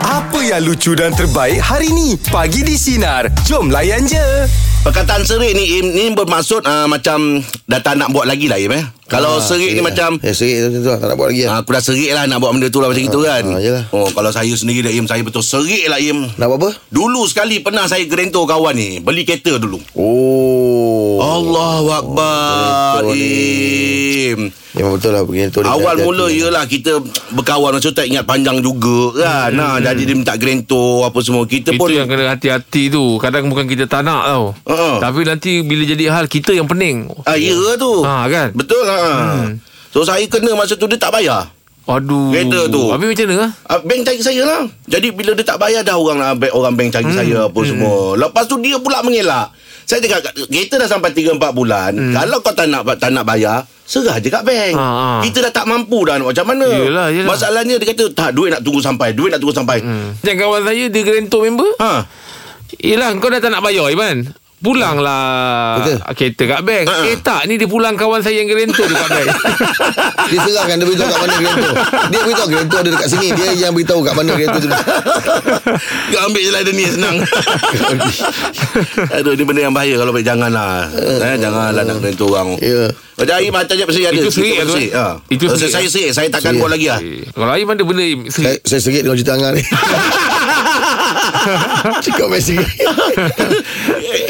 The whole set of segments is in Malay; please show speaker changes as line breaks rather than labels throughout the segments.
Apa yang lucu dan terbaik hari ni? Pagi di Sinar. Jom layan je.
Perkataan serik ni Im, ni bermaksud uh, macam dah tak nak buat lagi lah Im eh. Kalau serik ni macam
Eh Ah, serik tu, tu lah Tak nak buat lagi
ah,
lah
aku dah serik lah nak buat benda tu lah macam gitu kan.
ah, yelah.
oh kalau saya sendiri dah Im saya betul serik lah Im.
Nak buat apa?
Dulu sekali pernah saya gerento kawan ni beli kereta dulu.
Oh
Allahu akbar.
gerento ni.
Im.
Memang betul lah begini tu dia
Awal
kena
mula ya.
hati-hati.
ialah kita berkawan Maksud tak ingat panjang juga kan hmm. nah, Jadi dia minta gerento apa semua Kita
Itu
pun
yang kena hati-hati tu Kadang bukan kita tak nak tau
Uh-uh.
Tapi nanti bila jadi hal Kita yang pening
ah, Ya tu
Ha, kan?
Betul ha. Hmm. So saya kena masa tu dia tak bayar
Aduh
Kereta tu.
Habis macam mana? ha?
Uh, bank cari saya lah Jadi bila dia tak bayar dah Orang ah, bank, orang bank cari hmm. saya Apa hmm. semua Lepas tu dia pula mengelak Saya cakap Kereta dah sampai 3-4 bulan hmm. Kalau kau tak nak tak nak bayar Serah je kat bank
Ha, ha.
Kita dah tak mampu dah nak Macam mana
Yelah, yelah.
Masalahnya dia kata Tak duit nak tunggu sampai Duit nak tunggu sampai hmm.
Yang kawan saya Dia gerento member
Ha
Yelah kau dah tak nak bayar Iman Pulanglah
Betul.
Kereta kat bank
Ha.
Eh tak Ni dia pulang kawan saya yang gerento tu kat bank
Dia serahkan Dia beritahu kat mana Gerento Dia beritahu Gerento ada dekat sini Dia yang beritahu kat mana Gerento tu
Kau ambil je lah dia ni senang Aduh ni benda yang bahaya Kalau boleh janganlah eh, Janganlah nak kena tu orang
Ya.
Macam Aim macam pasal ada
Itu serik
Cerita pasal
tu, eh?
ha.
Itu
Pasal
serik,
Saya
eh?
serik Saya takkan
Serik.
buat lagi lah
Eh, Kalau Iman ada benda Im,
saya,
Seri
saya serik dengan cerita Angah ni Cakap main serik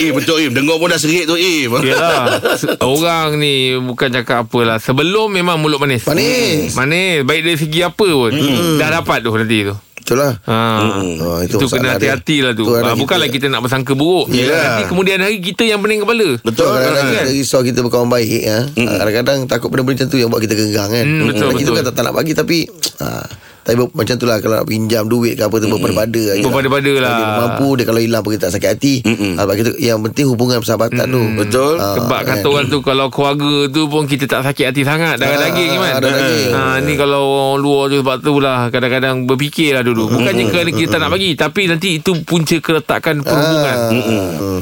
Eh betul Im Dengar pun dah serik tu eh. Im
Yelah se- Orang ni Bukan cakap apalah Sebelum memang mulut manis
Manis.
Manis Baik dari segi apa pun Dah dapat tu nanti tu
Betul lah
Ha.
Ah,
itu,
itu masalah
itu kena
dia.
hati-hati lah tu.
Itu ada
Ha, bukanlah
kita.
kita nak bersangka buruk.
Yelah.
Nanti kemudian hari kita yang pening kepala.
Ya. Betul kadang-kadang
kan?
kita risau kita berkawan baik ha? Kadang-kadang takut benda-benda macam tu Yang buat kita genggang kan
Hmm, betul,
Kita
betul.
kan tak, tak nak bagi Tapi ha, Tapi ber- macam tu lah Kalau nak pinjam duit ke apa tu Berpada-pada je lah.
Berpada-pada lah.
Kalau dia mampu Dia kalau hilang pun kita tak sakit hati ha, sebab kita, Yang penting hubungan persahabatan tu Ah, kan?
Betul.
Sebab kata orang tu Kalau keluarga tu pun Kita tak sakit hati sangat Darah
eh. Ah,
daging kan
darah daging. Ya.
ha, Ni kalau orang luar tu Sebab tu lah Kadang-kadang berfikirlah dulu
Hmm.
Bukannya kerana kita tak nak bagi Tapi nanti itu punca keretakan perhubungan
Ah,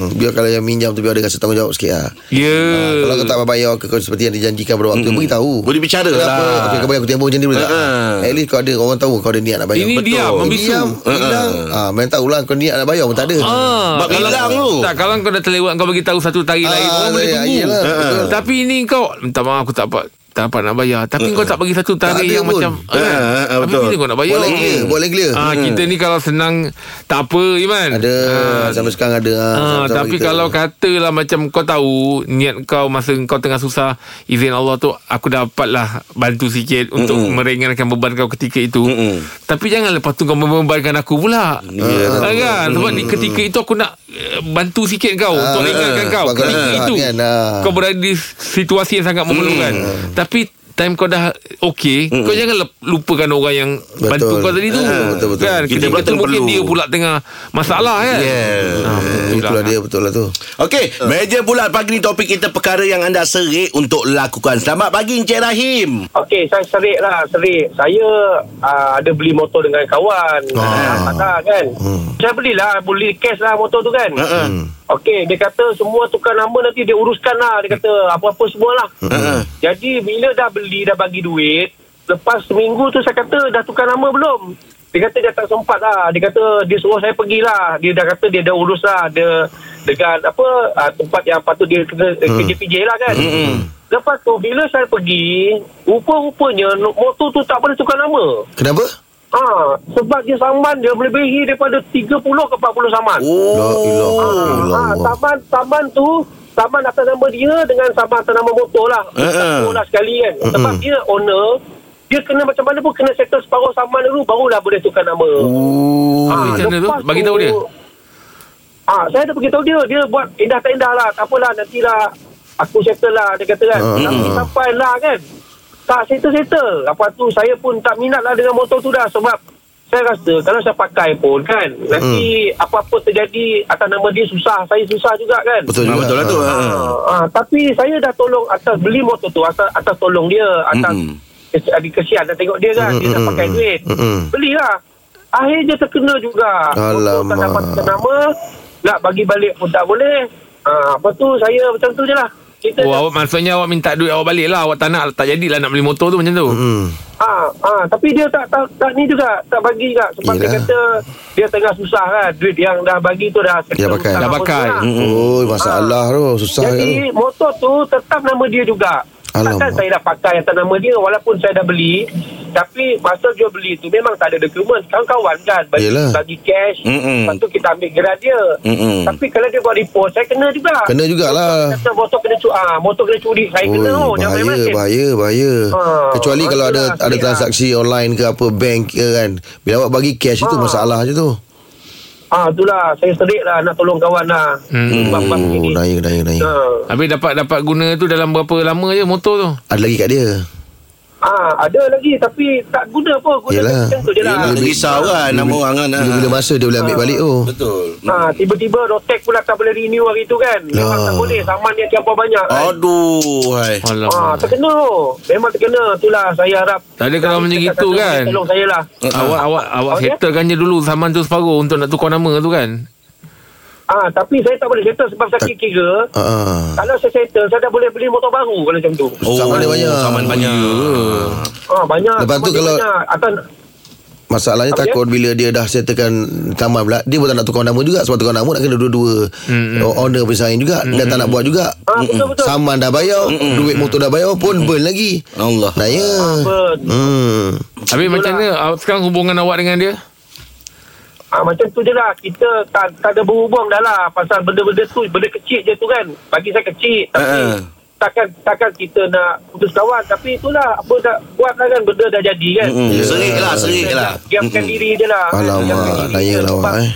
mm, Biar kalau yang minjam tu Biar dia rasa tanggungjawab sikit lah.
Ya
Kalau kau tak bayar ke kau seperti yang dijanjikan pada waktu Beritahu
Boleh bicara
Kenapa
lah.
Okey, Kau bayar aku tempoh macam ni boleh tak
Ah.
At least kau ada Orang tahu kau ada niat nak bayar
Ini
Betul.
diam, membisu.
Diam Hilang Ah, Main tahulah kau niat nak bayar pun tak ada
Ah,
Bab hilang tu.
Tak kalau kau dah terlewat Kau bagi tahu satu tari
Ah,
lain Orang boleh
saya-
tunggu
yelah, betul.
Tapi ini kau Minta maaf aku tak dapat Tak dapat nak bayar Tapi kau tak bagi
Ha,
satu
Tak
tari
ada
Yang
pun.
macam
Ah,
kan?
ah, ah,
Tapi
betul.
bila kau nak bayar
Boleh clear Boleh clear Hmm.
Ah, kita ni kalau senang tak apa Iman.
Ada
Ah,
Sampai sekarang ada ah,
Ah,
sama-sama
tapi
kita.
kalau katalah macam kau tahu niat kau masa kau tengah susah izin Allah tu aku dapatlah bantu sikit untuk mm meringankan beban kau ketika itu.
Mm-mm.
Tapi jangan lepas tu kau membebankan aku pula.
Ya.
Ah, kan sebab di ketika itu aku nak eh, bantu sikit kau untuk ringankan kau
Ah, sebab kau
ketika
nak
itu.
kan, ah.
Kau berada di situasi yang sangat memerlukan. Tapi time kau dah okey kau jangan lep- lupakan orang yang
Betul.
bantu kau tadi tu
Ah, betul, betul.
kan
Kita
kita,
pula tengah
mungkin
perlu.
dia pula tengah masalah kan
Yeah.
Ah, betul
Eh, Itulah
lah.
dia betul lah tu
Okey, meja bulat pagi ni topik kita perkara yang anda serik untuk lakukan. Selamat pagi Encik Rahim.
Okey, saya serik lah, serik. Saya uh, ada beli motor dengan kawan. Ah. Ah, kan? Hmm. Saya belilah, beli cash lah motor tu kan.
Hmm.
Okey, dia kata semua tukar nama nanti dia uruskan lah. Dia kata apa-apa semua lah.
Hmm.
Jadi, bila dah beli, dah bagi duit, lepas seminggu tu saya kata dah tukar nama belum? Dia kata dia tak sempat lah. Dia kata dia suruh saya pergilah. Dia dah kata dia dah urus lah. Dia dengan apa ah, tempat yang patut dia kena hmm. kerja PJ lah kan. Hmm. Lepas tu bila saya pergi Rupa-rupanya no- motor tu tak boleh tukar nama
Kenapa?
ha, Sebab dia saman dia melebihi daripada 30 ke 40 saman
La ilah
ha, Saman, saman tu Saman atas nama dia dengan saman atas nama motor lah
eh.
uh lah sekali kan Sebab dia owner Dia kena macam mana pun kena settle separuh saman dulu Barulah boleh tukar nama
Oh,
Oh.
Ah,
Habis macam mana tu?
Ah, lepas
Bagi tahu dia?
Ah, saya dah beritahu dia, dia buat indah tak indah lah, tak apalah nantilah aku settle lah dia kata kan.
Ah.
Tapi
Hmm.
sampai lah kan. Tak settle-settle. Lepas tu saya pun tak minat lah dengan motor tu dah sebab saya rasa kalau saya pakai pun kan nanti
Hmm.
apa-apa terjadi atas nama dia susah, saya susah juga kan.
Betul juga
Ah, betul lah tu.
Ah.
Ha.
Ah, ah, tapi saya dah tolong atas beli motor tu atas atas tolong dia atas
Mm-mm.
kes- adik kesian dah tengok dia kan dia dah
Mm-mm.
pakai duit.
Mm-mm.
Belilah. Akhirnya terkena juga. Motor
Alamak.
Tak dapat nama nak bagi balik pun tak boleh. Ah, apa tu saya macam tu je lah. Kita
Oh,
dah-
awak maksudnya awak minta duit awak balik lah. Awak tak nak, tak jadilah nak beli motor tu macam tu. Hmm.
Ah, ah, tapi dia tak, tak tak ni juga, tak bagi juga sebab dia
Yelah.
kata dia tengah susah kan. Duit yang dah bagi tu dah
Dia pakai.
hutang
Dah
apa
pakai.
semua.
Oh, masalah tu. Susah kan? kat tu.
Jadi motor tu tetap nama dia juga.
Alamak.
Takkan saya dah pakai atas nama dia walaupun saya dah beli. Tapi masa jual beli tu memang tak ada dokumen. Kawan-kawan kan bagi,
Yelah.
bagi cash.
Mm-mm.
Lepas tu kita ambil gerak dia.
Mm-mm.
Tapi kalau dia buat report saya kena juga.
Kena jugalah.
Kata motor kena curi. Ah, motor kena curi. Saya kena.
Oh,
Oh, jangan
bahaya,
main-main.
bahaya, bahaya.
Ah,
Kecuali kalau ada
masalah
ada
sikit lah.
transaksi online ke apa bank ke kan. Bila awak bagi cash itu
Ah.
masalah je tu.
Ah, itulah. Saya serik lah nak tolong kawan lah. Hmm.
Oh, naik, naik, naik.
Ah.
Habis dapat dapat guna tu dalam berapa lama je motor tu?
Ada lagi kat dia.
Ah, ada lagi tapi tak guna pun. Guna
Yelah.
macam tu je lah.
Yelah, nak risau kan nama orang kan. ah.
Bila-bila masa dia boleh ambil balik oh. tu.
Betul.
Ha, tiba-tiba Rotek pula tak boleh renew hari tu kan. Memang
Lah.
tak boleh. Saman dia terlampau banyak kan.
Oh, Aduh, hai.
Ha,
Alamak.
terkena tu. Memang terkena. Itulah saya harap.
Tak ada kalau
Saya
macam
cakap
gitu
satu,
kan.
Tolong saya lah.
Awak awak awak
Okey.
settlekan je dulu saman tu separuh untuk nak tukar nama tu kan.
Ah, tapi saya tak boleh settle sebab saya kira
Ha. ah.
kalau saya settle saya dah boleh beli motor baru kalau macam tu.
Oh,
Saman dia banyak.
Saman banyak.
Ah, banyak.
Lepas tu
Makin
kalau-
banyak. Atas
Masalahnya
Apa
takut bila dia dah settlekan taman pula Dia pun tak nak tukar nama juga Sebab tukar nama nak kena dua-dua mm Owner pun sign juga Dan tak nak buat juga
Ah, betul betul.
Saman dah bayar Duit motor dah bayar pun burn lagi
Allah.
Naya
Burn.
hmm.
Habis macam mana awak- sekarang hubungan awak dengan dia?
Ah, macam tu je lah Kita tak, tak ada berhubung dah lah Pasal benda-benda tu Benda kecil je tu kan Bagi saya kecil Tapi
Ah, ah.
takkan, takkan kita nak putus kawan Tapi itulah Apa dah buat lah kan Benda dah jadi kan
Mm-mm. Serik lah, serik
Kita
lah.
nak Diamkan
Mm-mm.
diri je lah Diamkan
Alamak
diri
Naya
je.
lah awak
Sebab-
eh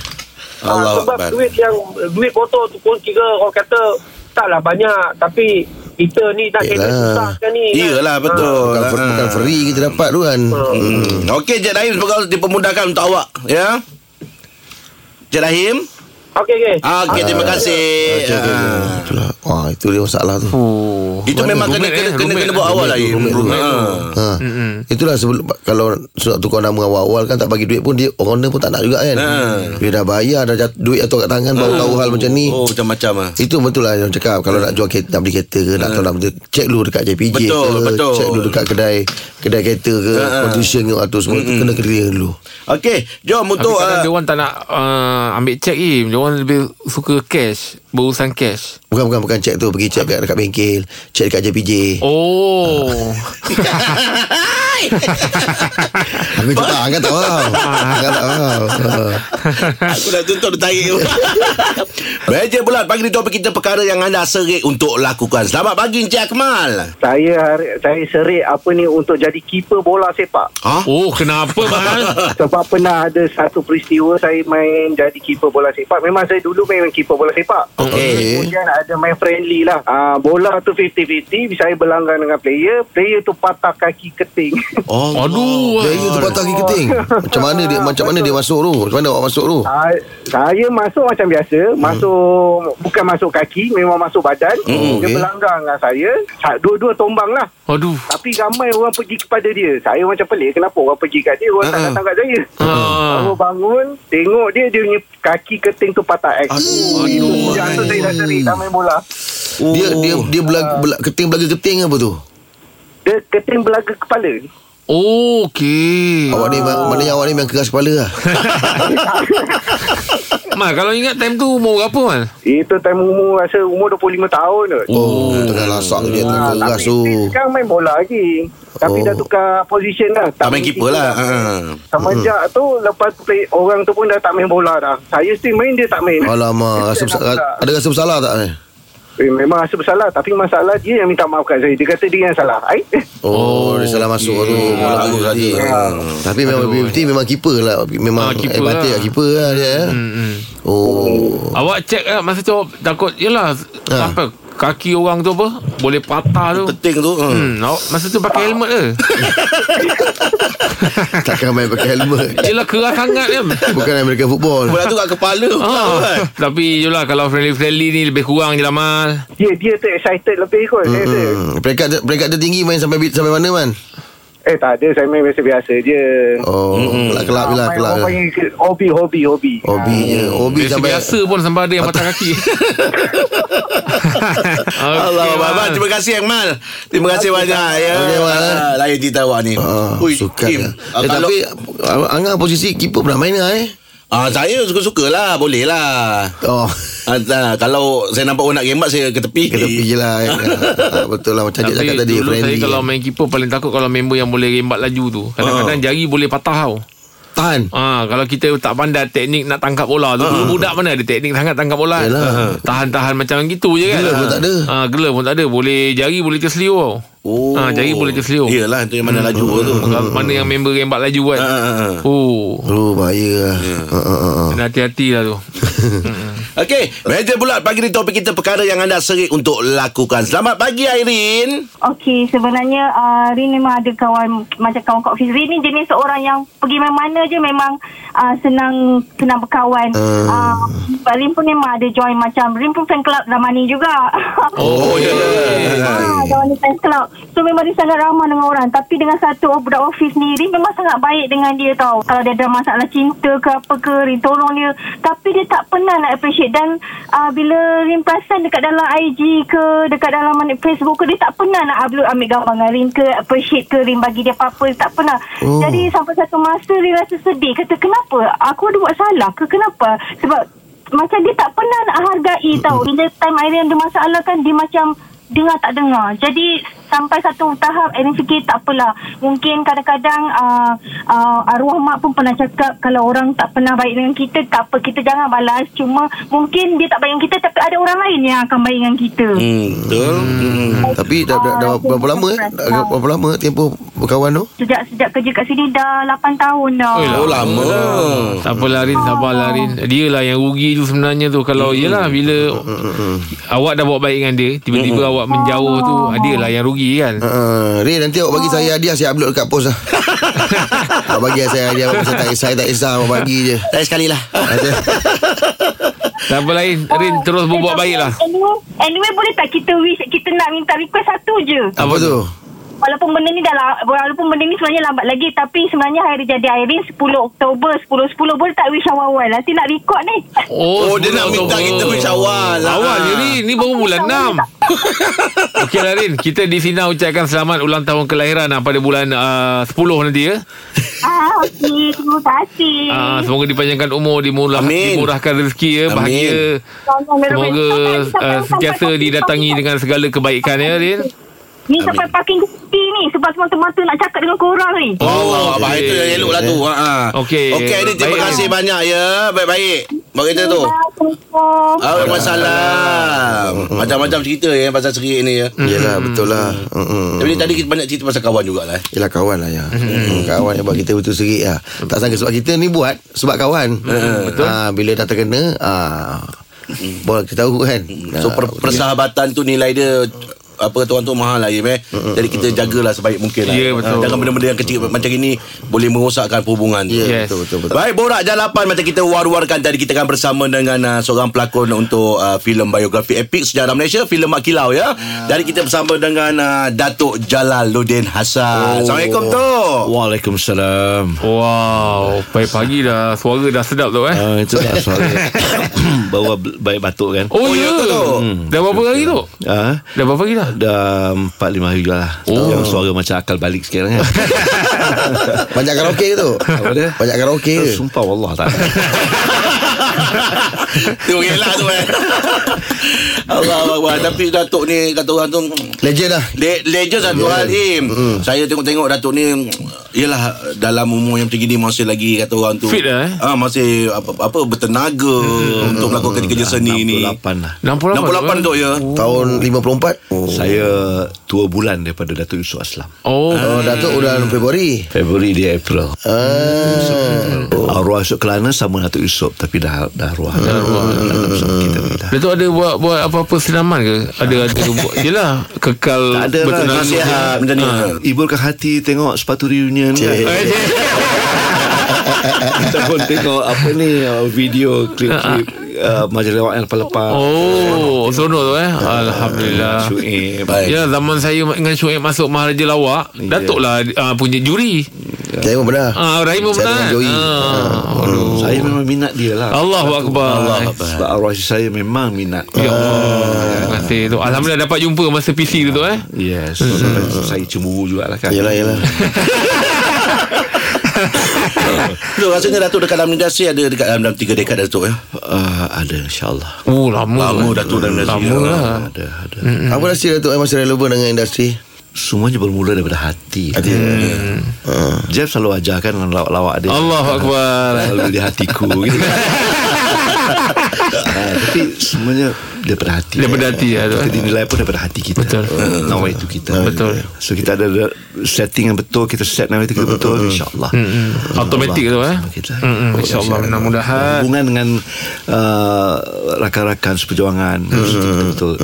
ah,
Allah
Sebab
Akbar.
duit yang Duit motor tu pun Kira orang kata Taklah banyak Tapi Kita ni dah kena
Yelah.
susah sekarang ni kan?
Iyalah, betul.
Bukan,
Ah.
bukan free kita dapat tu kan
Hmm. Okey, Cik Rahim, semoga dipermudahkan untuk awak. Ya? Cik Rahim?
Ah. Okey okey
Ah, Okey, terima kasih.
Okey, okey,
Ah.
okey. Itulah. Wah, itu dia masalah tu
Oh.
Itu
Mana?
memang kena kena
Roommate, eh?
kena,
Roommate,
kena buat awal lah. Im.
roommate, roommate.
Ah.
Ha. Itulah sebelum kalau surat tukar nama awal-awal kan tak bagi duit pun dia orang owner pun tak nak juga kan.
Ha.
Dia dah bayar dah jat, duit atau kat tangan baru tahu hal macam ni.
Oh, macam-macam ah.
Itu betul lah yang cakap Kalau nak jual kereta Nak beli kereta ke Nak tahu nak benda Cek dulu dekat JPJ
Ha. Betul,
ke
betul.
Cek dulu dekat kedai Kedai kereta
Ha,
ke
hmm. ha.
Construction ke Atau semua tu Kena clear dulu
Okey, jom
Tapi
untuk
kadang
ah,
dia orang tak nak uh, ambil cek im. Dia orang lebih suka cash, berurusan cash.
Bukan bukan bukan cek tu Pergi cek dekat, dekat bengkel Cek dekat JPJ
Oh.
Aku cakap Angkat tak faham Angkat tak faham
Aku dah tuntut dia tarik tu. Meja bulat pagi ni topik kita perkara yang anda serik untuk lakukan. Selamat pagi Encik Akmal.
Saya hari- saya serik apa ni untuk jadi keeper bola sepak.
Ha?
oh, kenapa bang?
Ah.
Sebab pernah ada satu peristiwa saya main jadi keeper bola sepak. Memang saya dulu main keeper bola sepak.
Okey
Kemudian ada main friendly lah. Ah bola tu 50-50, saya berlanggan dengan player, player tu patah kaki keting.
Oh.
Aduh.
Dia tu patah kaki keting Macam mana dia Macam mana dia masuk tu Macam mana awak masuk tu
Ah, saya masuk macam biasa, masuk bukan masuk kaki, memang masuk badan.
Hmm,
dia
okey.
berlanggan dengan saya, Sa- dua-dua tombang lah.
Aduh.
Tapi ramai orang pergi kepada dia. Saya macam pelik kenapa orang pergi kat dia, orang tak
Ha-ha.
datang kat saya.
Hmm.
Ah.
Bangun bangun Tengok dia Dia punya kaki keting tu patah X
Aduh.
Itu yang tu saya dah seri Tak main bola
Oh.
Dia dia dia belag, belag, keting belaga keting apa tu
Dia keting belaga kepala
Oh, okey.
Awak ni ma- Maknanya awak ni memang keras kepala lah
Mal, kalau ingat time tu umur berapa, Mal?
Itu time umur Rasa umur 25 tahun tu
Oh, tengah lasak tu dia
Ah,
tengah
tapi
keras lah, tu.
dia sekarang main bola lagi Tapi
Oh.
dah tukar position dah
Tak main keeper lah. Ha.
Semenjak tu Lepas tu play Orang tu pun dah tak main bola dah Saya still main Dia tak main
Alamak, rasa bersa- ra- ada rasa bersalah tak ni?
eh, Memang rasa bersalah Tapi masalah dia yang minta maafkan saya Dia kata dia yang salah Ai?
Oh,
Oh,
dia salah masuk tu. Bola
Ah,
bagus
tadi.
tadi. Tapi memang PPT memang keeper lah.
Ah,
Memang eh,
keeper
batik
lah.
lah keeper lah dia. eh.
Hmm.
Oh.
Awak cek lah masa tu awak takut Yelah
Ha.
ha. apa kaki orang tu apa boleh patah tu.
Keting tu. ha.
Hmm, awak masa tu pakai helmet ke?
Takkan main pakai helmet.
Yelah keras sangat kan.
Bukan American football.
Bola tu kan? kat kepala.
Ha. Tapi yelah kalau friendly-friendly ni lebih kurang je lah Mal.
Dia dia tu excited lebih kot Saya tu
Mm, Hmm. Peringkat dia- peringkat dia tinggi main sampai bi- sampai mana man?
Eh tak ada Saya main biasa-biasa je
Oh, kelak-kelak je lah,
Ah, main-
kelak
orang
je.
panggil ke- Hobi Hobi Hobi
Hobi je. Hobi
Biasa,
sampai
biasa pun sampai ada yang patah kaki. okay,
Allah Abang Abang Terima kasih Akmal Terima kasih banyak ya.
Okey, Mal, eh.
Ah, Lain cerita awak ni
Ah,
Ui,
sukan
Kim,
lah.
ah,
eh,
kalau-
tapi Angah posisi keeper pernah main lah eh.
Ah saya suka-suka lah boleh lah.
Oh.
Ah, ah, kalau saya nampak orang nak gembat saya ke tepi.
Kena pergi lah eh. ah, Betul lah Macam Jack
Tapi
cakap tadi
dulu saya
friendly.
kalau main keeper paling takut kalau member yang boleh rembat laju tu.
Ah.
Kadang-kadang jari boleh patah tau.
Tahan
Ha, kalau kita tak pandai teknik nak tangkap bola tu. Dulu budak mana ada teknik sangat tangkap bola.
Ha. Yalah.
Ah. Tahan-tahan macam gitu je kan.
Gelar pun
Ah.
tak ada. Oh.
Ah, gelar pun tak ada. Boleh jari boleh terselio tau. Ah, jari boleh
Oh.
terselio.
Ya.
Iyalah tu yang mana laju tu.
Kalau mana yang member rembat laju kan.
Ha.
Ah, ah, ah.
Oh,
Oh bahaya lah Ah, ah, ah, ah.
kena hati-hati lah tu.
Okey, meja bulat pagi ni topik kita perkara yang anda serik untuk lakukan. Selamat pagi Airin.
Okey, sebenarnya uh, Rin memang ada kawan macam kawan Kak Fiz. Rin ni jenis seorang yang pergi mana-mana je memang uh, senang senang berkawan.
Hmm.
Uh. Uh, Rin pun memang ada join macam Rin pun fan club Ramani juga.
Oh, ya.
Ah, kawan ni fan club. So memang dia sangat ramah dengan orang. Tapi dengan satu orang budak office ni, Rin memang sangat baik dengan dia tau. Kalau dia ada masalah cinta ke apa ke, Rin tolong dia. Tapi dia tak pernah nak appreciate. Dan uh, bila Rin perasan dekat dalam IG ke, dekat dalam mana- Facebook ke, dia tak pernah nak upload ambil gambar dengan Rin ke, appreciate ke, Rin bagi dia apa-apa. Dia tak pernah.
Oh.
Oh. Jadi sampai satu masa Rin rasa sedih. Kata kenapa? Aku ada buat salah ke? Kenapa? Sebab macam dia tak pernah nak hargai tau bila time Airin ada masalah kan dia macam dengar tak dengar jadi sampai satu tahap Airin fikir tak apalah mungkin kadang-kadang uh, uh, arwah mak pun pernah cakap kalau orang tak pernah baik dengan kita tak apa kita jangan balas cuma mungkin dia tak baik dengan kita tapi ada orang lain yang akan baik dengan kita
Mm.
hmm.
Betul. Hmm.
Tapi dah, dah, dah
Ah,
berapa lama eh
dia
Dah Berapa lama tempoh berkawan tu
sejak sejak kerja kat sini dah 8 tahun dah
Oi, lah.
Oh lama.
Oh.
Tak apalah Rin Sabarlah Rin Dia lah yang rugi tu sebenarnya tu
Hmm.
Kalau mm. yelah bila Awak dah buat baik dengan dia Tiba-tiba
Hmm.
awak menjauh tu ah, Dia lah yang rugi kan
Uh, Ray nanti awak bagi saya hadiah Saya upload dekat post lah Awak bagi saya hadiah awak, Saya tak kisah Saya tak kisah Awak bagi je
Saya sekali lah.
Tak apalah Rin Rin terus berbuat baik lah
Oh, eh, anyway, anyway boleh tak kita wish kita nak minta request satu je
Apa tu
Walaupun benda ni dah la- Walaupun benda ni sebenarnya lambat lagi Tapi sebenarnya hari jadi Airin 10 Oktober 10-10 Boleh tak wish awal-awal Nanti nak record ni
Oh, dia nak minta kita wish awal lah.
Awal je Rin Ni baru bulan 6 Okey lah Rin Kita di sini ucapkan selamat ulang tahun kelahiran ah, Pada bulan uh, 10 nanti ya
ah, Okey Terima kasih
Ah, Semoga dipanjangkan umur dimurah,
Amin.
Dimurahkan rezeki ya
Amin.
Bahagia Semoga uh, sentiasa didatangi dengan segala kebaikan ya Rin
Ni sampai parking tepi ni Sebab semata-mata nak cakap dengan korang ni
Oh, Allah, abang
okey.
itu yang elok lah tu. Ha, Ha.
Okey.
Okey, Airin terima
Baik,
kasih
Airin.
banyak ya. Baik-baik. Buat kita tu.
Assalamualaikum.
Ah, masalah. Macam-macam cerita ya pasal serik ni ya.
Yelah betul lah Mm-mm.
Tapi tadi kita banyak cerita pasal kawan jugalah. eh.
Yelah kawan lah ya hmm. Kawan yang buat kita betul serik lah Tak sangka sebab kita ni buat Sebab kawan hmm, Betul ha, Bila dah terkena ha, Boleh kita tahu kan
So per-
Ah,
persahabatan tu nilai dia apa kata orang tu mahal lah ya eh. Jadi kita jagalah sebaik mungkin lah.
Ya, betul.
Ah, Jangan benda-benda yang kecil macam ini boleh merosakkan hubungan.
Ya
Yes.
betul betul betul
Baik Borak Jalapan Macam kita war-warkan tadi Kita akan bersama dengan uh, Seorang pelakon untuk uh, Filem biografi Epic Sejarah Malaysia Filem Mak Kilau ya
Ah.
Dari kita bersama dengan uh, Datuk Jalaluddin Hassan oh. Assalamualaikum tu
Waalaikumsalam.
Wow, pagi-pagi dah suara dah sedap tu eh.
Ah itu lah soal bawa baik batuk kan.
oh, ya.
tu, tu.
Hmm. Dah berapa hari tu?
Ah
Dah berapa hari dah?
dah 4 5 hari juga lah. Oh. Yang suara macam akal balik sekarang kan.
Banyak karaoke ke tu
Apa dia?
Banyak karaoke ke
Eh, Sumpah Allah tak.
Tu
lah
gelak tu eh Allah Allah Tapi Datuk ni Kata orang tu
Legend lah
Le- Legend satu yeah. hal Im mm. Saya tengok-tengok Datuk ni Yelah Dalam umur yang macam gini Masih lagi kata orang tu
Fit lah, eh? Hmm.
ah, Masih apa, apa Bertenaga mm. Untuk melakukan kerja seni ni
68 lah.
68.
68 Datuk ya
Tahun 54 oh.
Saya 2 bulan daripada Datuk Yusof Aslam.
Oh.
oh, Datuk udah Februari
Februari dia
ah.
April. Oh. Arwah Yusof Kelana sama Datuk Yusof tapi dah dah arwah. Dah arwah. Dah arwah. Kita ni dah.
Datuk ada buat buat apa-apa senaman ke? Ada ada buat. Yalah, kekal
Tak ada lah
bertenang.
nasihat macam ni.
Iburkan hati tengok sepatu reunion kan.
Eh, cik.
Kita pun tengok apa ni uh, video klip-klip uh, majalah wak yang lepas-lepas.
Oh, seronok tu eh. Alhamdulillah.
Syuib.
Ya, zaman saya dengan Syuib masuk Maharaja Lawak, Datuk lah uh, punya juri.
Saya pun pernah
Ah, Rahim pun
Saya
pernah.
dengan Joey.
Ah,
Oh.
aduh.
Saya memang minat dia lah. Ah,
Allahu akbar.
Sebab arwah isteri saya memang minat.
Ya Allah. Terima kasih tu. Alhamdulillah dapat jumpa masa PC tu tu eh.
Yes. So, saya cemburu jugalah kan.
Yelah yelah
Betul rasanya Datuk dekat dalam industri ada dekat dalam, dalam tiga dekad Datuk ya.
Uh, ada insyaAllah.
Oh, lama.
Lama Datuk dalam industri.
Lama lah.
Ada, ada.
Apa rasa Datuk yang masih relevan dengan industri
Semuanya bermula daripada hati.
Hati
Uh. Jeff selalu ajarkan dengan lawak-lawak dia. Ah.
Allahu akbar.
Selalu di hatiku gitu. Ah, tapi semuanya daripada hati
Daripada hati, ya, tu,
Kita
eh.
dinilai pun daripada hati kita
Betul.
Ah, Nawa itu kita
Betul.
So kita ada ada setting yang betul Kita set nawa itu kita betul InsyaAllah
hmm. Automatik tu eh.
Kita.
Mm-mm, InsyaAllah mudah-mudahan.
Hubungan dengan uh, Rakan-rakan seperjuangan Betul-betul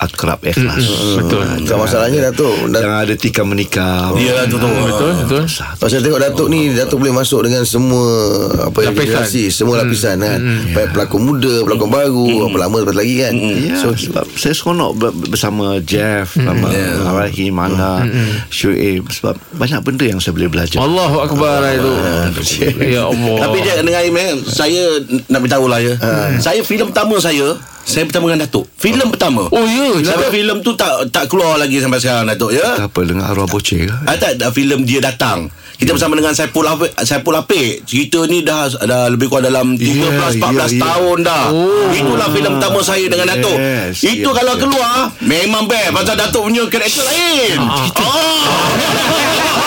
Akrab ikhlas
Betul.
Tak masalahnya Datuk Datuk
Jangan lah. ada tikam menikah Ah,
Yalah tu tu.
Betul, betul.
Pasal tengok Datuk ni Datuk boleh masuk dengan semua Apa yang
Lapisan. Mm-hmm.
generasi Semua lapisan kan Baik pelakon muda Pelakon baru Apa lama lepas lagi kan
Mm-hmm.
Ya,
So
so, sebab saya seronok ber- bersama Jeff, sama yeah. Rahim, Angga, Syuib sebab banyak benda yang saya boleh belajar.
Allahu akbar
Ah,
itu. Ya Allah.
Tapi dia dengan Aim eh, saya nak beritahu lah ya. Saya filem pertama saya, saya pertama dengan Datuk. Filem pertama.
Oh ya,
Sampai filem tu tak tak keluar lagi sampai sekarang Datuk ya.
Tak apa dengan arwah bocil ke?
Ah, tak, dah filem dia datang.
Hmm.
Kita bersama dengan Saipul Apik, Saipul Apik. Cerita ni dah dah lebih kurang dalam 13
Yeah,
14
yeah, yeah.
tahun dah.
Oh.
Itulah filem pertama saya dengan
ya, Yes,
Datuk. Itu
yes,
kalau
yes.
keluar memang best pasal Datuk punya karakter lain.
Ah,
Oh.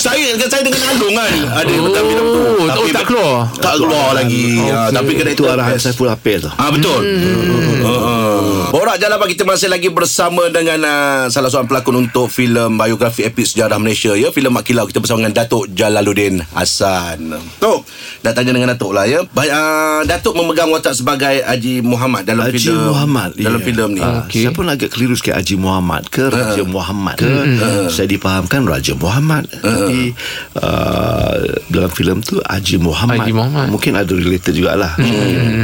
saya dengan saya dengan Alung kan ada
Oh.
tentang filem tu.
Oh, tak keluar?
Tak keluar lagi. Ya, tapi karakter
itu arahan
best.
saya pun apel tu.
Ah betul. Hmm. Uh, Borak Jalan Pagi kita masih lagi bersama dengan uh, salah seorang pelakon untuk filem biografi epik sejarah Malaysia ya, filem Mak Kilau kita bersama dengan Datuk Jalaluddin Hassan. Tok, dah tanya dengan Datuk lah ya. Ba- uh, Datuk memegang watak sebagai Haji Muhammad dalam
Haji
filem
Muhammad
dalam
ya.
filem ni. Ah.
Ah,
Okey.
Saya pun agak keliru sikit Haji Muhammad ke Raja Muhammad ke
Hmm.
Saya dipahamkan Raja Muhammad
Ah.
Tapi uh, Dalam filem tu Haji Muhammad
Haji Muhammad. Hmm.
Mungkin ada related jugalah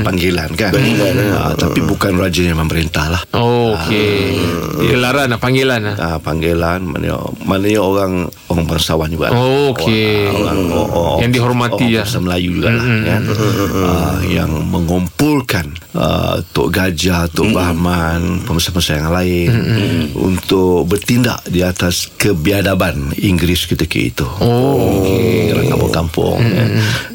Panggilan kan Ah, Tapi bukan Raja yang memerintah lah
Oh, okey. Gelaran lah, panggilan lah.
Ah, panggilan mana mana orang orang bangsawan juga.
Oh, okey.
Orang, orang, orang, orang,
Yang dihormati
orang
ya. Mm-hmm.
bangsa Melayu juga lah kan. Ah, yang mengumpulkan ah, Tok Gajah, Tok
Mm-hmm.
Bahman, pembesar-pembesar yang lain untuk bertindak di atas kebiadaban Inggeris ketika itu. Oh, okey. Orang kampung-kampung. Kan?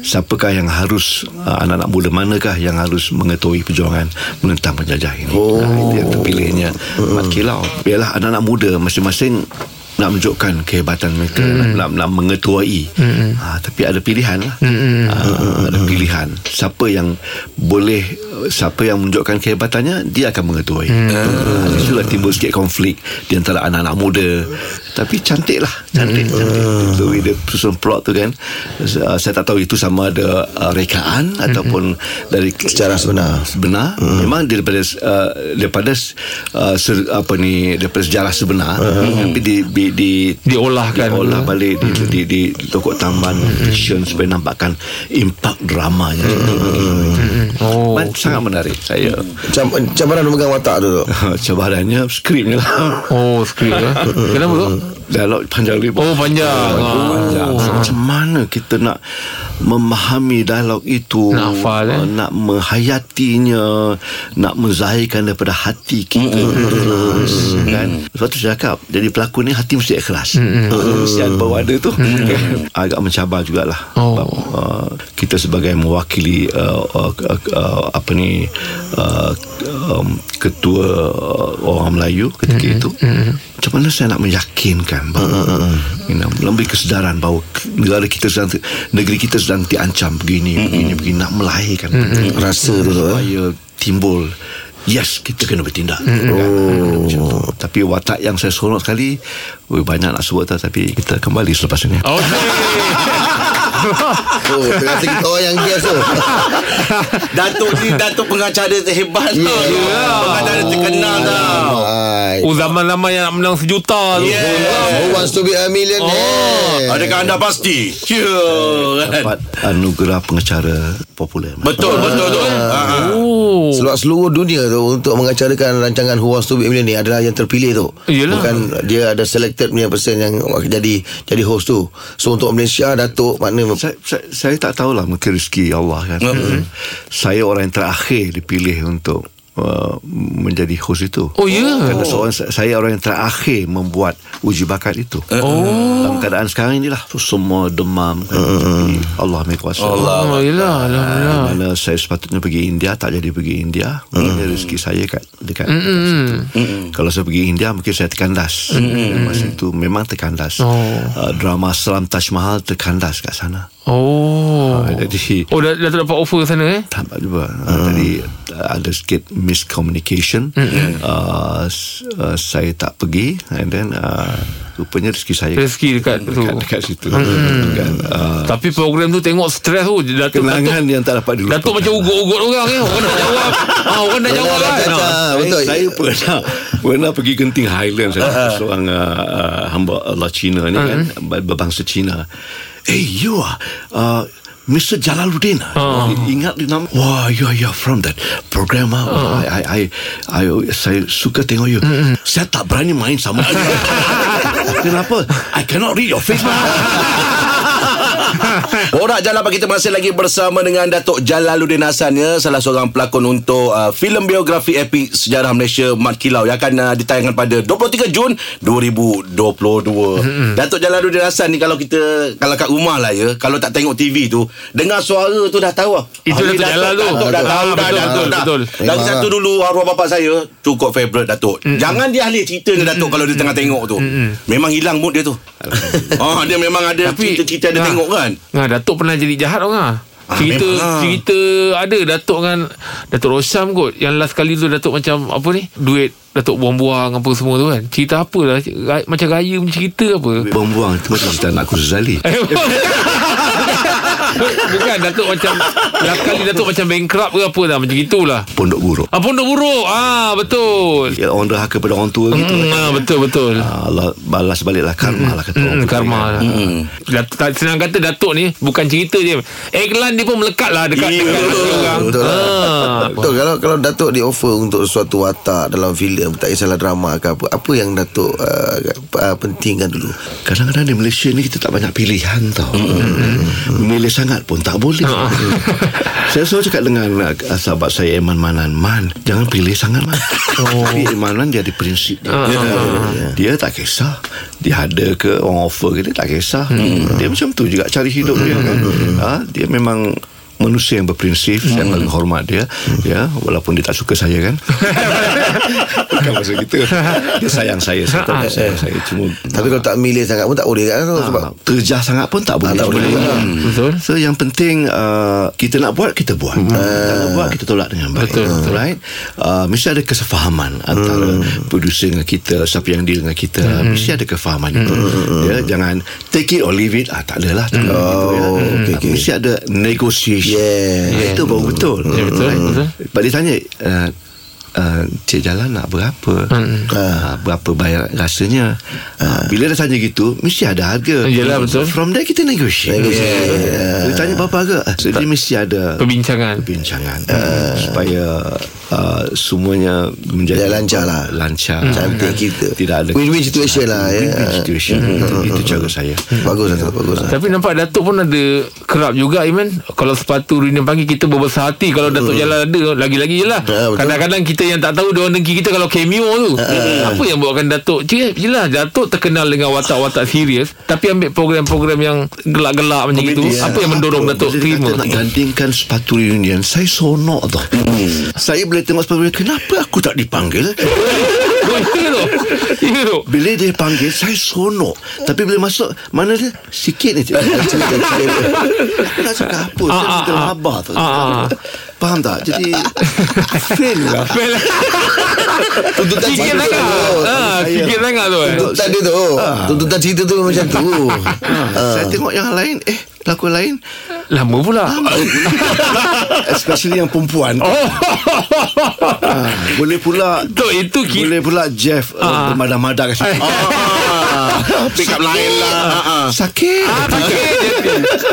Siapakah yang harus ah, anak-anak muda manakah yang harus mengetahui perjuangan menentang penjajah ini? Oh, Hmm. itu yang terpilihnya Mat Kilau. Biarlah anak-anak muda masing-masing nak menunjukkan kehebatan mereka mm-hmm. nak, nak mengetuai mm-hmm. ha, tapi ada pilihan lah mm-hmm. ha, ada pilihan siapa yang boleh siapa yang menunjukkan kehebatannya dia akan mengetuai mm-hmm. ha, itulah timbul sikit konflik di antara anak-anak muda tapi cantik lah cantik cantik so dia susun plot tu kan uh, saya tak tahu itu sama ada uh, rekaan mm-hmm. ataupun dari
Secara sebenar.
benar hmm. memang daripada uh, daripada uh, ser, apa ni daripada sejarah sebenar hmm. tapi di di, di
Diolahkan.
diolah balik di, di, di, tokok tambahan
Hmm.
fiction supaya nampakkan impak dramanya hmm.
Oh.
Man, sangat menarik saya
Macam Macam mana dia memegang watak tu Datuk
Hmm.
cabarannya skripnya lah
Oh, skrip lah. Kenapa tu?
dialog panjang lebar
Oh, panjang.
panjang.
Oh.
So, Macam mana kita nak memahami dialog itu
Nak hafal, eh?
uh, Nak menghayatinya Nak menzahirkan daripada hati kita
Hmm.
Ikhlas kan? Sebab tu saya cakap Jadi pelakon ni hati mesti ikhlas mm-hmm. Mesti ada bawah ada tu Agak mencabar jugalah
Oh.
Sebab, uh, Kita sebagai mewakili uh, uh, uh, uh, Apa ni uh, um, Ketua uh, orang Melayu ketika
Hmm.
mm-hmm. itu Macam mana saya nak meyakinkan bahawa you know, Lebih kesedaran bahawa ke- negara kita sedang Negeri kita sedang diancam begini Begini, begini Nak melahirkan
Rasa tu tu eh.
Supaya timbul Yes, kita kena bertindak oh. Macam tu. Tapi watak yang
Oh, kan?
saya seronok sekali oi, Banyak nak sebut tau Tapi kita kembali selepas ini
Okey.
Oh, terasa kita orang yang bias tu.
Datuk ni Datuk pengacara hebat yeah. tau
Yeah.
Pengacara terkenal tau
Hai.
Oh zaman-zaman yang nak menang sejuta tu.
Ya.
Yeah
Who wants to be a
Oh,
millionaire?
Adakah anda pasti? Ya, Sure
Dapat anugerah pengacara popular Mas.
Betul betul tu
Oh.
Sebab seluruh dunia tu untuk mengacarakan rancangan Who Wants to Be a Millionaire adalah yang terpilih tu.
Yelah.
Bukan dia ada selected punya person yang jadi jadi host tu. So untuk Malaysia Datuk makna
saya, saya, saya tak tahulah mungkin rezeki Allah kan. Mm-hmm. Saya orang yang terakhir dipilih untuk uh, menjadi host itu.
Oh, ya?
Kerana seorang saya orang yang terakhir membuat uji bakat itu. Oh. Dalam keadaan sekarang inilah semua demam kan. Jadi, Allah Maha Kuasa.
Allah.
Oh, yelah alhamdulillah.
Mana saya sepatutnya pergi India tak jadi pergi India. Ini rezeki saya kat dekat.
Hmm.
Mm-mm. Kalau saya pergi India mungkin saya terkandas. Mm-mm. Masa itu memang terkandas.
Oh.
Uh, drama Selam Taj Mahal terkandas kat sana.
Oh.
Ah, jadi
Oh dah, dah dapat offer sana eh?
tambah juga uh. tadi uh, ada sikit miscommunication uh, s- uh, saya tak pergi and then uh, rupanya rezeki saya
Rezeki dekat tu.
dekat, dekat situ mm. kan, uh,
Tapi program tu tengok stres tu. Datuk
kenangan
Datuk,
yang tak dapat dilupakan
Datuk macam ugut-ugut orang ni. Orang nak jawab. Ah, orang nak jawab
lah,
kan. Ah.
Ah,
saya,
betul.
saya pernah pernah pergi Genting Highland saya uh-huh. seorang uh, uh, hamba Allah Cina ni uh-huh. kan ber- berbangsa Cina. Eh hey, you are uh, Mr. Jalaluddin
Ah.
uh. Ingat di nama Wah you are, you are from that program uh. I, I, I, I, Saya suka tengok you mm-hmm. Saya tak berani main sama you Kenapa I cannot read your face
Orang jalan apa kita masih lagi bersama dengan Datuk Jalaluddin Hasan ya, salah seorang pelakon untuk uh, filem biografi epik sejarah Malaysia Mat Kilau yang akan uh, ditayangkan pada 23 Jun 2022. Mm-hmm. Datuk Jalaluddin Hasan ni kalau kita kalau kat rumah lah ya, kalau tak tengok TV tu, dengar suara tu dah tahu. ah.
Itu
Ah, ni
Datuk Jalal tu.
Datuk dah
Ah,
tahu dah
betul,
dah,
betul,
dah.
betul.
Lagi
Memang
satu
lah.
dulu arwah bapak saya cukup favorite Datuk. Jangan dia ahli cerita ni Datuk kalau dia tengah tengok tu. Memang hilang mood dia tu. Ah dia memang ada
Tapi-
cerita-cerita dia
Ah.
tengok kan.
Nah, Datuk pernah jadi jahat orang ah. Cerita
memang lah.
cerita ada Datuk dengan Datuk Rosam kot Yang last kali tu Datuk macam Apa ni Duit Datuk buang-buang Apa semua tu kan Cerita apa lah Ra- Macam raya punya cerita apa
Buang-buang Itu macam cerita anak Kuzali
Eh, bukan. Bukan Datuk macam Last kali Datuk macam bankrupt ke apa lah Macam itulah
Pondok buruk
Ah, pondok buruk. Ah, betul.
Ya, Orang derhaka pada orang tua gitu
Hmm, ah, betul betul.
Ah, Allah balas baliklah karma lah kata orang
Hmm,
Putih kan.
karma lah. Datuk, tak- senang kata Datuk ni bukan cerita je. Iklan dia pun melekat lah dekat,
Ya,
dekat
betul.
hati orang.
Betul lah.
Ah.
Betul kalau kalau Datuk di offer untuk suatu watak dalam filem tak kisahlah drama ke apa apa yang Datuk uh, uh, pentingkan dulu.
Hmm. Kadang-kadang di Malaysia ni kita tak banyak pilihan tau. Mm. Ah. Milih sangat pun tak boleh. saya selalu cakap dengan uh, sahabat saya Iman Manan, Man, jangan pilih sangat Man. Oh. Tapi Iman Manan dia ada prinsip dia.
Ah,
dia tak kisah. Dia ada ke orang offer ke dia tak kisah. Dia macam tu juga cari hidup dia kan. Ha, dia memang manusia yang berprinsip saya paling hormat dia ya walaupun dia tak suka saya kan bukan maksud gitu dia sayang saya saya tahu dia sayang saya cuma
Tapi kalau tak milih sangat pun tak boleh kan Datuk? sebab
sebab terjah sangat pun tak boleh.
Ah, tak boleh juga.
Hmm.
Betul.
So yang penting uh, kita nak buat kita buat. Hmm. Kalau buat kita tolak dengan baik.
Betul. Hmm.
Right? Uh, mesti ada kesefahaman antara producer dengan kita, siapa yang deal dengan kita. Mesti ada kefahaman itu.
Hmm.
Ya, jangan take it or leave it. Ah tak adalah. Tak ada gitu, ya.
Oh, okay,
Ah,
okay.
Mesti ada negotiation.
Yeah.
Ah, Itu baru betul.
Ya, betul, betul.
Sebab dia tanya uh, uh, Cik Jalan nak berapa
Hmm. Ah.
uh, Berapa bayar rasanya uh, Bila dah tanya gitu Mesti ada harga
Yelah, betul.
From there kita negotiate
Negotiate.
yeah. Dia tanya berapa harga Ah, So dia mesti ada
Perbincangan.
Perbincangan uh, Supaya uh, Semuanya menjadi
Dia lancar lah.
Lancar
Cantik kita.
Tidak ada
Win-win situation lah, ya.
Win-win situation itu, itu cara saya
bagus lah, Datuk bagus. Datuk.
Tapi nampak Datuk pun ada kerap juga Iman Kalau sepatu Rina panggil kita berbesar hati Kalau Datuk Jalal ada Lagi-lagi je lah
Ya, betul.
Kadang-kadang kita yang tak tahu Diorang dengki kita kalau cameo tu Apa yang buatkan Datuk Cik eh, Yelah Datuk terkenal dengan watak-watak serius Tapi ambil program-program yang gelak-gelak macam itu Apa yang mendorong Datuk
Bila dia
terima
kata ah. nak gandingkan sepatu reunion Saya sonok tau Saya boleh tengok sepatu reunion Kenapa aku tak dipanggil
Oh, Ya tu Ya tu
Bila dia panggil Saya sonok Tapi bila masuk Mana dia Sikit ni cik. Aku nak cakap apa Saya
Ah, ah,
minta
ah.
laba tu
Ah, ah.
Faham tak? Jadi fail lah.
Fail lah.
Tuntutan
Sikit
cerita
sangat.
tu.
Ha, sikit sangat tu. eh.
Tuntutan dia tu Tuntutan cerita tu macam tu Ah.
Saya tengok yang lain Eh pelakon lain
Lama pula.
Especially yang perempuan
Oh.
Ah, Boleh pula
Tu itu kita
Boleh pula Jeff uh, Bermadah-madah kat situ
ah, Pick up lain lah Ah, ah.
Sakit
Ah, pakai je.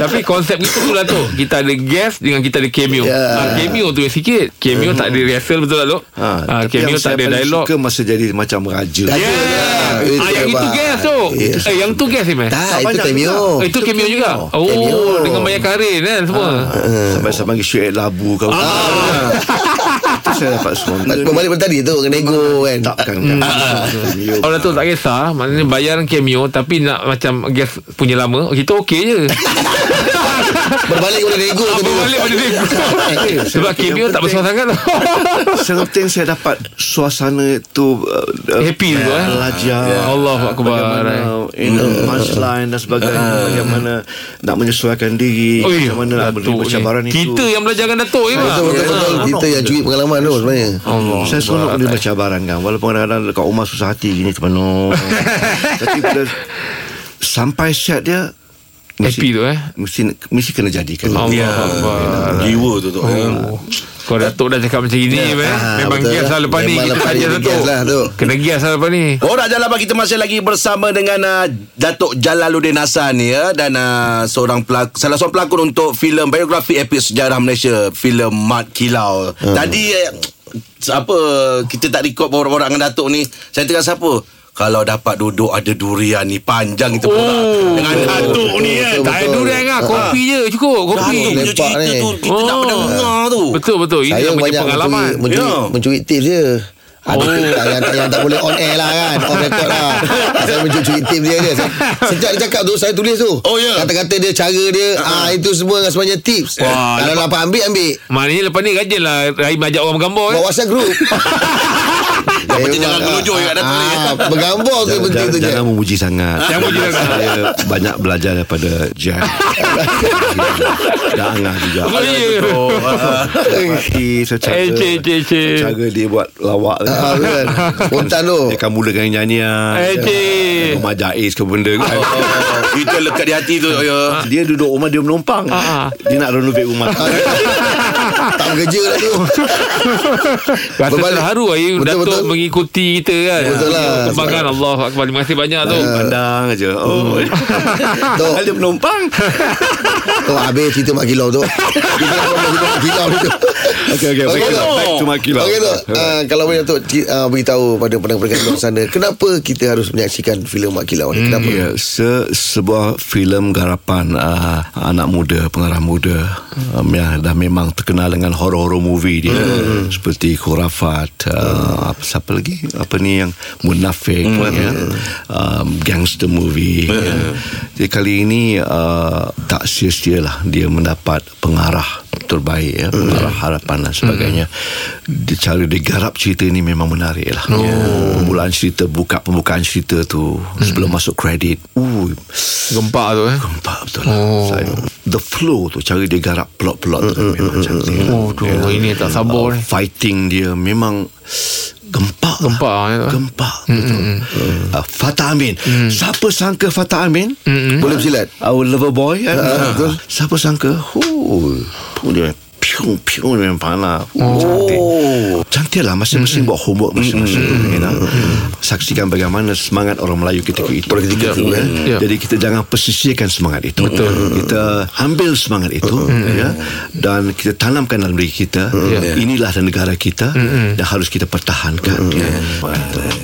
Tapi konsep kita tu lah tu Kita ada guest Dengan kita ada cameo yeah. ha, Cameo tu yang sikit Cameo tak ada rehearsal betul lah tu ha,
Ah, tapi
Cameo
yang
tak
saya
ada
paling
dialog Ah.
suka masa jadi macam raja
Raja.
Yeah.
Ya,
Ah,
itu
yang itu
hebat.
guest tu
Itu
Eh yang tu guest ni meh
Tak itu cameo
Oh, itu cameo juga Oh
Cameo.
Dengan Maya Karin kan semua
Sampai saya panggil Syed Labu kau. Ah. Itu saya dapat semua.
Nak balik bertadi tu Kena ego kan
Takkan kan.
Ah, Orang tu tak kisah Maknanya bayaran cameo Tapi nak macam Guest punya lama Kita okey je
Berbalik kepada ego tu
Apa balik pada
Eh,
dia Sebab cameo tak besar sangat tu
Sangat penting saya dapat suasana itu uh, uh,
Happy tu eh
Belajar
Allahu Akbar, Hmm. Ah.
Bagaimana you know, Punchline dan sebagainya Bagaimana Nak menyesuaikan
Eh,
diri
Oi,
Bagaimana
lah
nak
Datuk
menerima cabaran
ni.
itu
eh. Kita yang belajarkan Datuk
Ah,
ni Pak.
Betul-betul Kita yang curi pengalaman tu sebenarnya
Allah.
Saya seronok menerima cabaran kan Walaupun kadang-kadang Dekat rumah susah hati Gini macam mana Tapi bila Sampai set dia
Happy tu
Ya.
eh.
Mesti mesti kena jadikan
Allah
Ya.
Akbar.
Jiwa tu ya. tu
Oh. Kau Datuk dah cakap macam ini yeah. Memang
Ya. betul
gias
lah.
lah lepas ni
Memang
Kita
lepas
tak
ni
ajar
dia
Datuk
gias lah, Datuk.
Kena gias lah lepas ni
Orang jalan apa kita masih lagi bersama dengan uh, Datuk Jalaluddin Hasan ya dan uh, seorang pelakon salah seorang pelakon untuk filem biografi epik sejarah Malaysia filem Mat Kilau. Hmm. Tadi eh, apa kita tak record borak-borak dengan Datuk ni. Saya tengah siapa? Kalau dapat duduk ada durian ni panjang kita borak
Oh.
dengan Datuk ni kan.
Betul,
Tak ada
betul. Ah,
durian lah Kopi je cukup Kopi
Datuk punya
Lepak
cerita
ni.
tu kita tak pernah dengar tu.
Betul-betul Oh, Ini
Saya
yang punya
banyak
pengalaman
mencuri, mencuri,
Ya.
mencuri tips je ada oh. yang, yang tak boleh on air lah kan On record lah Saya mencuri tip dia je Saya- Sejak dia cakap tu Saya tulis tu
Oh, ya.
Kata-kata dia Cara dia ah Itu semua sebenarnya tips
Wah,
Kalau dapat ambil Ambil
Maknanya lepas ni rajin lah Rahim ajak orang gambar
Buat
eh.
WhatsApp group
macam jangan gelojok kat Datuk ni.
Ah, Bergambar tu yang penting
Jangan,
tu je
jangan memuji sangat
Jangan memuji sangat.
Saya banyak belajar daripada Jeff Dan Angah juga
Oh, ya.
Mati secara
Eh, cik, cik, cik.
Cara dia buat lawak kan.
Ah, kan. Spontan tu
Dia akan mula dengan nyanyian
Eh, cik.
Rumah jais ke benda kan
Oh, itu yang lekat di hati tu ya.
Dia duduk rumah Dia menumpang
Ah.
Dia nak renovate rumah
Ah, Tak bekerja lah tu
Rasa
Berbalik.
terharu lah you,
Betul,
Datuk
betul.
mengikuti kita kan
Betul lah.
Kembangkan Allah Akbar Terima kasih banyak tu
Pandang aja Oh
Hmm. Tok.
Dia menumpang
Tu habis cerita Mak Kilau tu Kita nak berbual cerita Mak Kilau tu
Okay okay Back,
Okey,
to-
Tok.
back to Makilah
Okey tu uh, Kalau boleh Datuk ci- uh, Beritahu pada pendengar-pendengar di luar sana Kenapa kita harus menyaksikan filem Mak Kilau ni Kenapa
Ya, se sebuah filem garapan uh, anak muda, pengarah muda um, yang dah memang terkenal dengan horror-horror movie dia seperti Khurafat, uh, apa siapa lagi? Apa ni yang Munafik ya. Um, gangster movie. Ya. Jadi kali ini uh, tak sia-sia lah dia mendapat pengarah terbaik ya, pengarah harapan dan sebagainya. Dia cara dia garap cerita ni memang menarik lah. Oh. Hmm. Permulaan cerita, buka pembukaan cerita tu sebelum masuk kredit. Uh,
Gempak tu eh
gempak betul lah. Oh. Saya, the flow tu, cara dia garap plot-plot tu kan memang cantik. lah.
Oh, tu,
Ya.
ini tak sabar eh.
Uh,
ni.
Fighting dia memang gempak. lah.
Gempak, ya.
Gempak. Betul. Uh, Fatah Amin. Siapa sangka Fatah Amin?
Boleh bersilat
Our lover boy kan? Betul. Siapa sangka? Oh, pun dia piung piung dia memang panah. Oh. Cantik. Cantik lah masing-masing buat homework masing-masing. You know? Saksikan bagaimana semangat orang Melayu ketika itu. Orang ketika itu kan.
Ya.
Jadi kita jangan pesisirkan semangat itu. Betul. Kita ambil semangat itu ya dan kita tanamkan dalam diri kita. ya. Inilah negara kita dan harus kita pertahankan. Ya.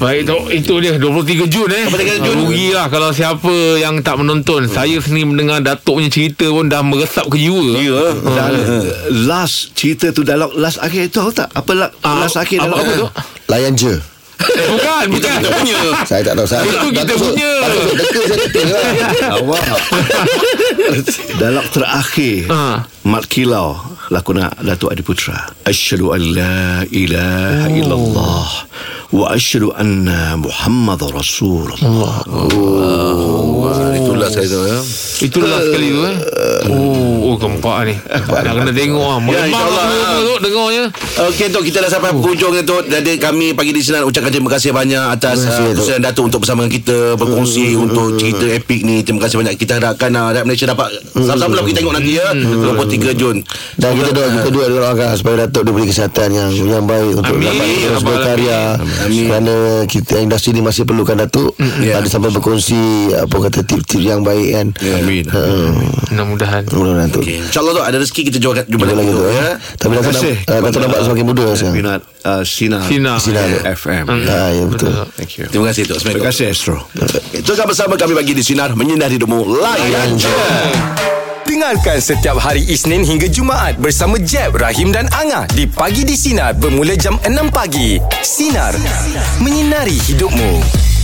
Baik tu itu dia 23 Jun eh. 23 Jun. Rugilah kalau siapa yang tak menonton.
Hmm.
Saya sendiri mendengar Datuk punya cerita pun dah meresap ke jiwa. Ya.
lah.
Dan Eh, last cerita tu dialog last akhir tu tahu tak? Apa la,
Ah,
last akhir
apa,
dialog
apa tu?
Layan je
Eh, bukan, bukan.
Saya tak tahu saya,
Itu kita
Datuk Sok-
punya.
Datuk Sok teka saya teka lah
Awak. dialog terakhir.
Ah.
Mat Kilau lakonan Datuk Adi Putra. Oh. Asyhadu an la ilaha illallah wa asyhadu anna Muhammad Rasulullah.
Itulah Itulah sekali tu ya.
Itulah sekali tu eh. Oh, oh gempak ni. Nak kena tengok
Ya,
ah. Melemah
insyaAllah.
tu tu dengarnya.
Okey Tok kita dah sampai hujung ya Tok Dan kami pagi di sini ucapkan terima kasih Hmm. banyak atas uh, keputusan Datuk untuk bersama dengan kita berkongsi untuk cerita epik ni. Terima kasih banyak. Kita harapkan uh, Rakyat Malaysia dapat sama-sama lah kita tengok nanti ya 23 Jun.
Dan kita doa kita doa doakan supaya Datuk dia beri kesihatan yang yang baik untuk
Amin.
dapat terus
Abang
berkarya. Kerana kita industri ni masih perlukan Datuk
Ya.
ada sampai berkongsi apa kata tip-tip yang baik kan.
Amin.
Uh,
Mudah-mudahan.
mudah-mudahan Datuk.
Okey. Insya-Allah Tok ada rezeki kita jumpa, jumpa
Jumpa
lagi
lagi tu
Tok
ya.
ya.
Tapi Datuk nampak, uh, Datuk nampak semakin muda sekarang.
Minat uh, Sinar
Sinar.
Sinar.
FM
Ah, ya betul.
Thank you
Terima kasih Tok. Assalamualaikum.
Terima kasih Astro
Teruskan bersama kami bagi di sinar menyinari hidupmu layan je.
Dengarkan setiap hari Isnin hingga Jumaat bersama Jeb, Rahim dan Angah di Pagi di Sinar bermula jam 6 pagi. Sinar. Menyinari hidupmu.